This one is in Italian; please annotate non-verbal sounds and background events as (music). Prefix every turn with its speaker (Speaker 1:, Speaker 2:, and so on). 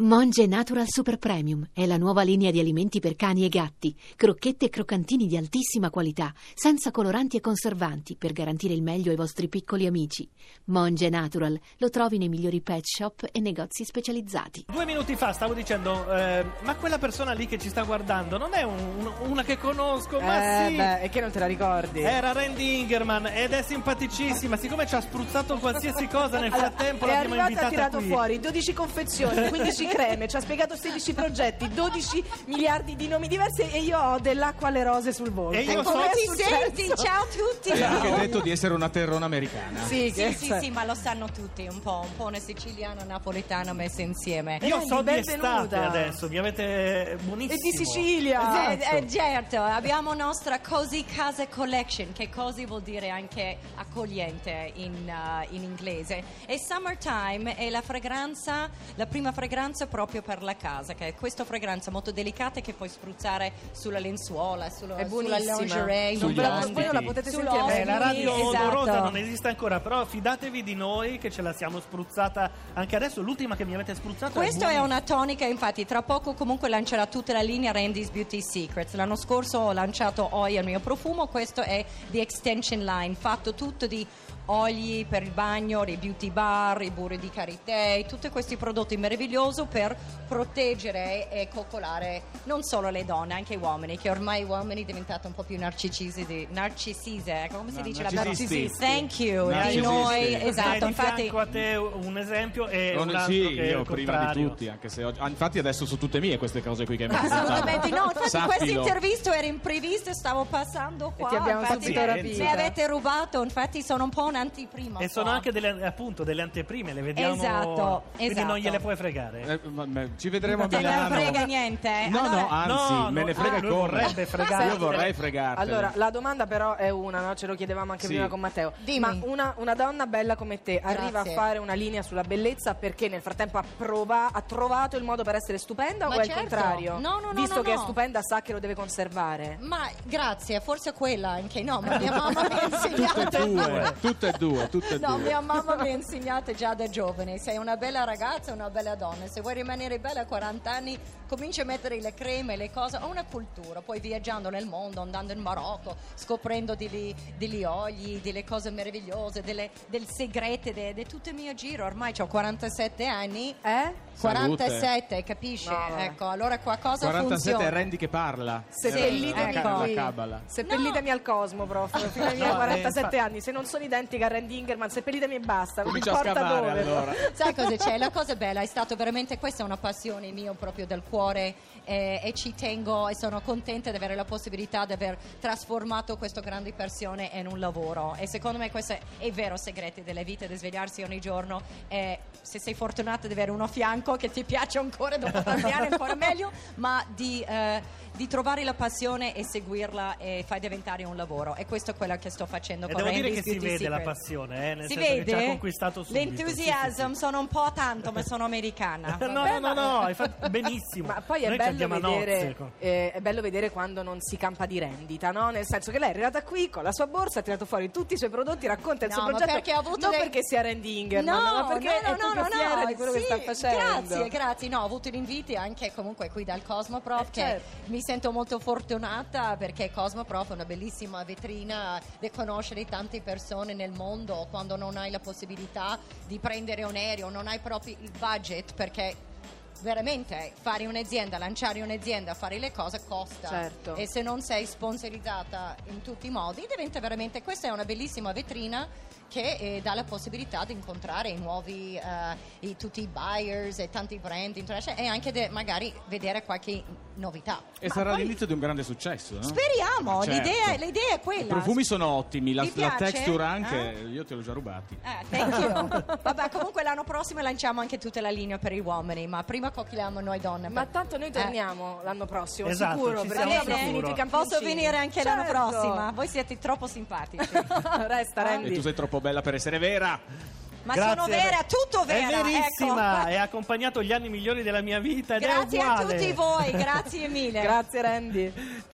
Speaker 1: Monge Natural Super Premium è la nuova linea di alimenti per cani e gatti, crocchette e croccantini di altissima qualità, senza coloranti e conservanti, per garantire il meglio ai vostri piccoli amici. Monge Natural lo trovi nei migliori pet shop e negozi specializzati.
Speaker 2: Due minuti fa stavo dicendo, eh, ma quella persona lì che ci sta guardando non è un- un- una che conosco, ma
Speaker 3: eh,
Speaker 2: sì.
Speaker 3: beh, e che non te la ricordi?
Speaker 2: Era Randy Ingerman ed è simpaticissima. Siccome ci ha spruzzato qualsiasi cosa nel frattempo,
Speaker 3: è
Speaker 2: l'abbiamo
Speaker 3: arrivata e ha
Speaker 2: invitata
Speaker 3: tirato
Speaker 2: qui.
Speaker 3: fuori 12 confezioni, 15 creme, ci ha spiegato 16 progetti, 12 miliardi di nomi diversi e io ho dell'acqua alle rose sul volto.
Speaker 2: E io
Speaker 3: È
Speaker 2: so-
Speaker 3: come
Speaker 4: Come
Speaker 3: è
Speaker 4: ti
Speaker 3: successo?
Speaker 4: senti? Ciao a tutti!
Speaker 5: Hai anche detto di essere una terrona americana.
Speaker 3: Sì,
Speaker 4: Sì,
Speaker 3: che-
Speaker 4: sì, sì, ma lo sanno tutti un po', un po' una siciliana, una napoletana messa insieme.
Speaker 2: Io
Speaker 3: Randy,
Speaker 2: so di estate
Speaker 3: benvenuta.
Speaker 2: adesso, mi avete
Speaker 3: E
Speaker 2: buonissimo.
Speaker 3: di Sicilia.
Speaker 2: Esatto.
Speaker 4: Sì, eh, certo, abbiamo nostra Cozy Case Collection, che così vuol dire anche accogliente in, eh, in inglese. E Summertime è la fragranza, la prima fragranza proprio per la casa, che è questa fragranza molto delicata che puoi spruzzare sulla lenzuola, sulla,
Speaker 3: È
Speaker 4: sulla
Speaker 3: buonissima.
Speaker 4: lingerie,
Speaker 3: Non
Speaker 4: sui
Speaker 3: ve la-
Speaker 4: bandi.
Speaker 3: voi non la potete
Speaker 4: Sulla
Speaker 3: sentire, ma
Speaker 2: Eh, la radio
Speaker 4: esatto.
Speaker 2: odorosa non esiste ancora, però fidatevi di noi che ce la siamo spruzzata anche adesso. L'ultima che mi avete spruzzato
Speaker 4: Questa
Speaker 2: è,
Speaker 4: è
Speaker 2: buonissima.
Speaker 4: una tonica, infatti, tra poco comunque lancerà tutta la linea Randy's Beauty Secrets. L'anno scorso ho lanciato Oia il mio profumo, questo è The Extension Line, fatto tutto di oli per il bagno, i beauty bar, i burri di karité, tutti questi prodotti meravigliosi per proteggere e coccolare non solo le donne, anche gli uomini, che ormai uomini diventate un po' più narcisisi, di- narcisise, ecco, come si
Speaker 5: No,
Speaker 4: dice
Speaker 5: narcisisti.
Speaker 4: la parola? Thank you, di
Speaker 2: Narcisisti.
Speaker 4: noi,
Speaker 2: Eh,
Speaker 4: esatto,
Speaker 2: di
Speaker 4: infatti...
Speaker 2: fianco a te un esempio e
Speaker 5: Non-
Speaker 2: un altro
Speaker 5: sì,
Speaker 2: che è
Speaker 5: io
Speaker 2: il
Speaker 5: prima di
Speaker 2: contrario.
Speaker 5: tutti, anche se oggi- ah, infatti adesso sono tutte mie queste cose qui che mi
Speaker 4: Assolutamente no, infatti questa
Speaker 5: Sappilo.
Speaker 4: intervista era imprevista, stavo passando qua.
Speaker 3: ti abbiamo
Speaker 4: infatti
Speaker 3: subito rapita.
Speaker 4: Mi avete rubato, infatti sono un po' un'antiprima.
Speaker 2: E sono
Speaker 4: qua.
Speaker 2: anche delle, appunto delle anteprime, le vediamo.
Speaker 4: Esatto,
Speaker 2: quindi
Speaker 4: esatto.
Speaker 2: non gliele puoi fregare.
Speaker 5: Eh, ma- ma- ci vedremo a
Speaker 4: Te ne
Speaker 5: Milano.
Speaker 4: frega niente?
Speaker 5: No,
Speaker 4: Allora-
Speaker 5: no, anzi,
Speaker 2: No,
Speaker 5: me
Speaker 2: no,
Speaker 5: ne frega
Speaker 2: ah,
Speaker 5: e
Speaker 2: lui
Speaker 5: corre.
Speaker 2: vorrebbe fregartene.
Speaker 5: Io vorrei fregarti.
Speaker 3: Allora,
Speaker 2: eh.
Speaker 3: la domanda però è una, no? ce lo chiedevamo anche
Speaker 5: Sì.
Speaker 3: prima con Matteo.
Speaker 4: Dimmi.
Speaker 3: Ma una, una donna bella come te arriva a
Speaker 4: Grazie.
Speaker 3: fare una linea sulla bellezza perché nel frattempo ha, prova- ha trovato il modo per essere stupenda
Speaker 4: Ma
Speaker 3: o è
Speaker 4: certo.
Speaker 3: il contrario?
Speaker 4: No, no, no,
Speaker 3: Visto
Speaker 4: no,
Speaker 3: che
Speaker 4: no.
Speaker 3: è stupenda sa che lo deve conservare.
Speaker 4: Ma grazie, forse quella anche no, ma mia
Speaker 5: (laughs)
Speaker 4: mamma mi ha
Speaker 5: tutte e
Speaker 4: insegnato.
Speaker 5: due, tutte e due, tutte e
Speaker 4: No,
Speaker 5: due.
Speaker 4: mia mamma
Speaker 5: (laughs)
Speaker 4: mi ha insegnato già da giovane, sei una bella ragazza, una bella donna, se vuoi rimanere bella a 40 anni comincia a mettere le creme, le cose, ho una cultura, poi viaggiando nel mondo, andando in Marocco, scoprendo degli, degli oli, delle cose meravigliose, delle, del segrete, de- di tutto il mio giro, ormai ho 47 anni,
Speaker 3: Eh?
Speaker 5: Salute.
Speaker 4: 47, capisci?
Speaker 3: No, vabbè.
Speaker 4: ecco, allora qua cosa
Speaker 5: 47 è
Speaker 4: funziona?
Speaker 5: Randy che parla.
Speaker 3: Se
Speaker 5: Eh,
Speaker 3: pellitemi
Speaker 5: la, ca-
Speaker 4: qui.
Speaker 5: la cabala.
Speaker 3: Seppellitemi al cosmo,
Speaker 4: (laughs)
Speaker 3: prof. Fino ai miei
Speaker 2: No, eh,
Speaker 3: 47
Speaker 2: infa-
Speaker 3: anni. Se non sono identica a Randy Ingerman, seppellitemi e basta. Non
Speaker 5: Comincia a
Speaker 3: importa
Speaker 5: scavare
Speaker 3: dove. (laughs)
Speaker 5: allora.
Speaker 4: Sai cosa c'è? La cosa bella è stato veramente questa è una passione mia proprio del cuore eh, e ci tengo e sono contenta di avere la possibilità di aver trasformato questa grande passione in un lavoro e secondo me questo è, è il vero segreto della vita di svegliarsi ogni giorno e se sei fortunata di avere uno a fianco che ti piace ancora dopo tanti anni ancora meglio ma di, eh, di trovare la passione e seguirla e fai diventare un lavoro e questo è quello che sto facendo
Speaker 2: E
Speaker 4: con
Speaker 2: devo dire
Speaker 4: Randy's
Speaker 2: che si
Speaker 4: Beauty
Speaker 2: vede la
Speaker 4: Secrets.
Speaker 2: passione, eh, nel
Speaker 4: Si
Speaker 2: senso
Speaker 4: vede?
Speaker 2: che ci ha conquistato subito.
Speaker 4: L'entusiasm sono un po' tanto, ma
Speaker 2: (laughs)
Speaker 4: sono americana.
Speaker 2: Sì, sì, sì. No, no, no, no, hai fatto benissimo.
Speaker 3: Ma poi è
Speaker 2: Noi ci
Speaker 3: bello,
Speaker 2: andiamo a
Speaker 3: vedere,
Speaker 2: nozze ecco. con-
Speaker 3: eh, è bello vedere quando non si campa di rendita, no? Nel senso che lei è arrivata qui con la sua borsa, ha tirato fuori tutti i suoi prodotti, racconta il
Speaker 4: No,
Speaker 3: suo
Speaker 4: ma
Speaker 3: progetto.
Speaker 4: perché ha avuto
Speaker 3: non
Speaker 4: dei-
Speaker 3: perché sia Randy Ingerman,
Speaker 4: no,
Speaker 3: ma perché
Speaker 4: no, no,
Speaker 3: è
Speaker 4: no,
Speaker 3: proprio
Speaker 4: no,
Speaker 3: fiera di quello che
Speaker 4: sì,
Speaker 3: sta facendo.
Speaker 4: Grazie, grazie. No, ho avuto l'invito anche comunque qui dal Cosmo Prof.
Speaker 3: Eh,
Speaker 4: che
Speaker 3: certo.
Speaker 4: mi sento molto fortunata perché Cosmo Prof è una bellissima vetrina di conoscere tante persone nel mondo quando non hai la possibilità di prendere un aereo, non hai proprio il budget perché. Veramente fare un'azienda, lanciare un'azienda, fare le cose costa.
Speaker 3: Certo.
Speaker 4: E se non sei sponsorizzata in tutti i modi, diventa veramente questa è una bellissima vetrina che eh, dà la possibilità di incontrare i nuovi eh, i- tutti i buyers e tanti brand internazionali e anche de- magari vedere qualche novità.
Speaker 5: E sarà l'inizio di un grande successo, no?
Speaker 4: Speriamo,
Speaker 5: Ma certo.
Speaker 4: l'idea, l'idea è quella.
Speaker 5: I profumi sono ottimi, la,
Speaker 4: Ti
Speaker 5: la
Speaker 4: piace?
Speaker 5: texture anche,
Speaker 4: Eh?
Speaker 5: io te l'ho già rubati.
Speaker 4: Ah, thank you. Vabbè, comunque l'anno prossimo lanciamo anche tutta la linea per gli uomini, ma prima cocchiamo noi donne.
Speaker 3: Ma
Speaker 4: per-
Speaker 3: tanto noi
Speaker 4: Eh.
Speaker 3: torniamo l'anno prossimo,
Speaker 2: Esatto,
Speaker 3: sicuro,
Speaker 2: ci
Speaker 3: perché
Speaker 2: siamo
Speaker 3: abbiamo
Speaker 4: sicuro.
Speaker 3: finito i campioncini.
Speaker 4: Posso venire anche l'anno
Speaker 3: Certo.
Speaker 4: prossima? Voi siete troppo simpatici.
Speaker 3: (laughs) Resta,
Speaker 5: E tu
Speaker 3: Randy.
Speaker 5: sei troppo bella per essere vera.
Speaker 4: Ma
Speaker 2: Grazie,
Speaker 4: sono vera, tutto vera.
Speaker 2: È verissima,
Speaker 4: ecco.
Speaker 2: e ha accompagnato gli anni migliori della mia vita. ed è
Speaker 4: Grazie a
Speaker 2: (laughs) uguale.
Speaker 4: tutti voi, grazie mille.
Speaker 3: Grazie, Randy.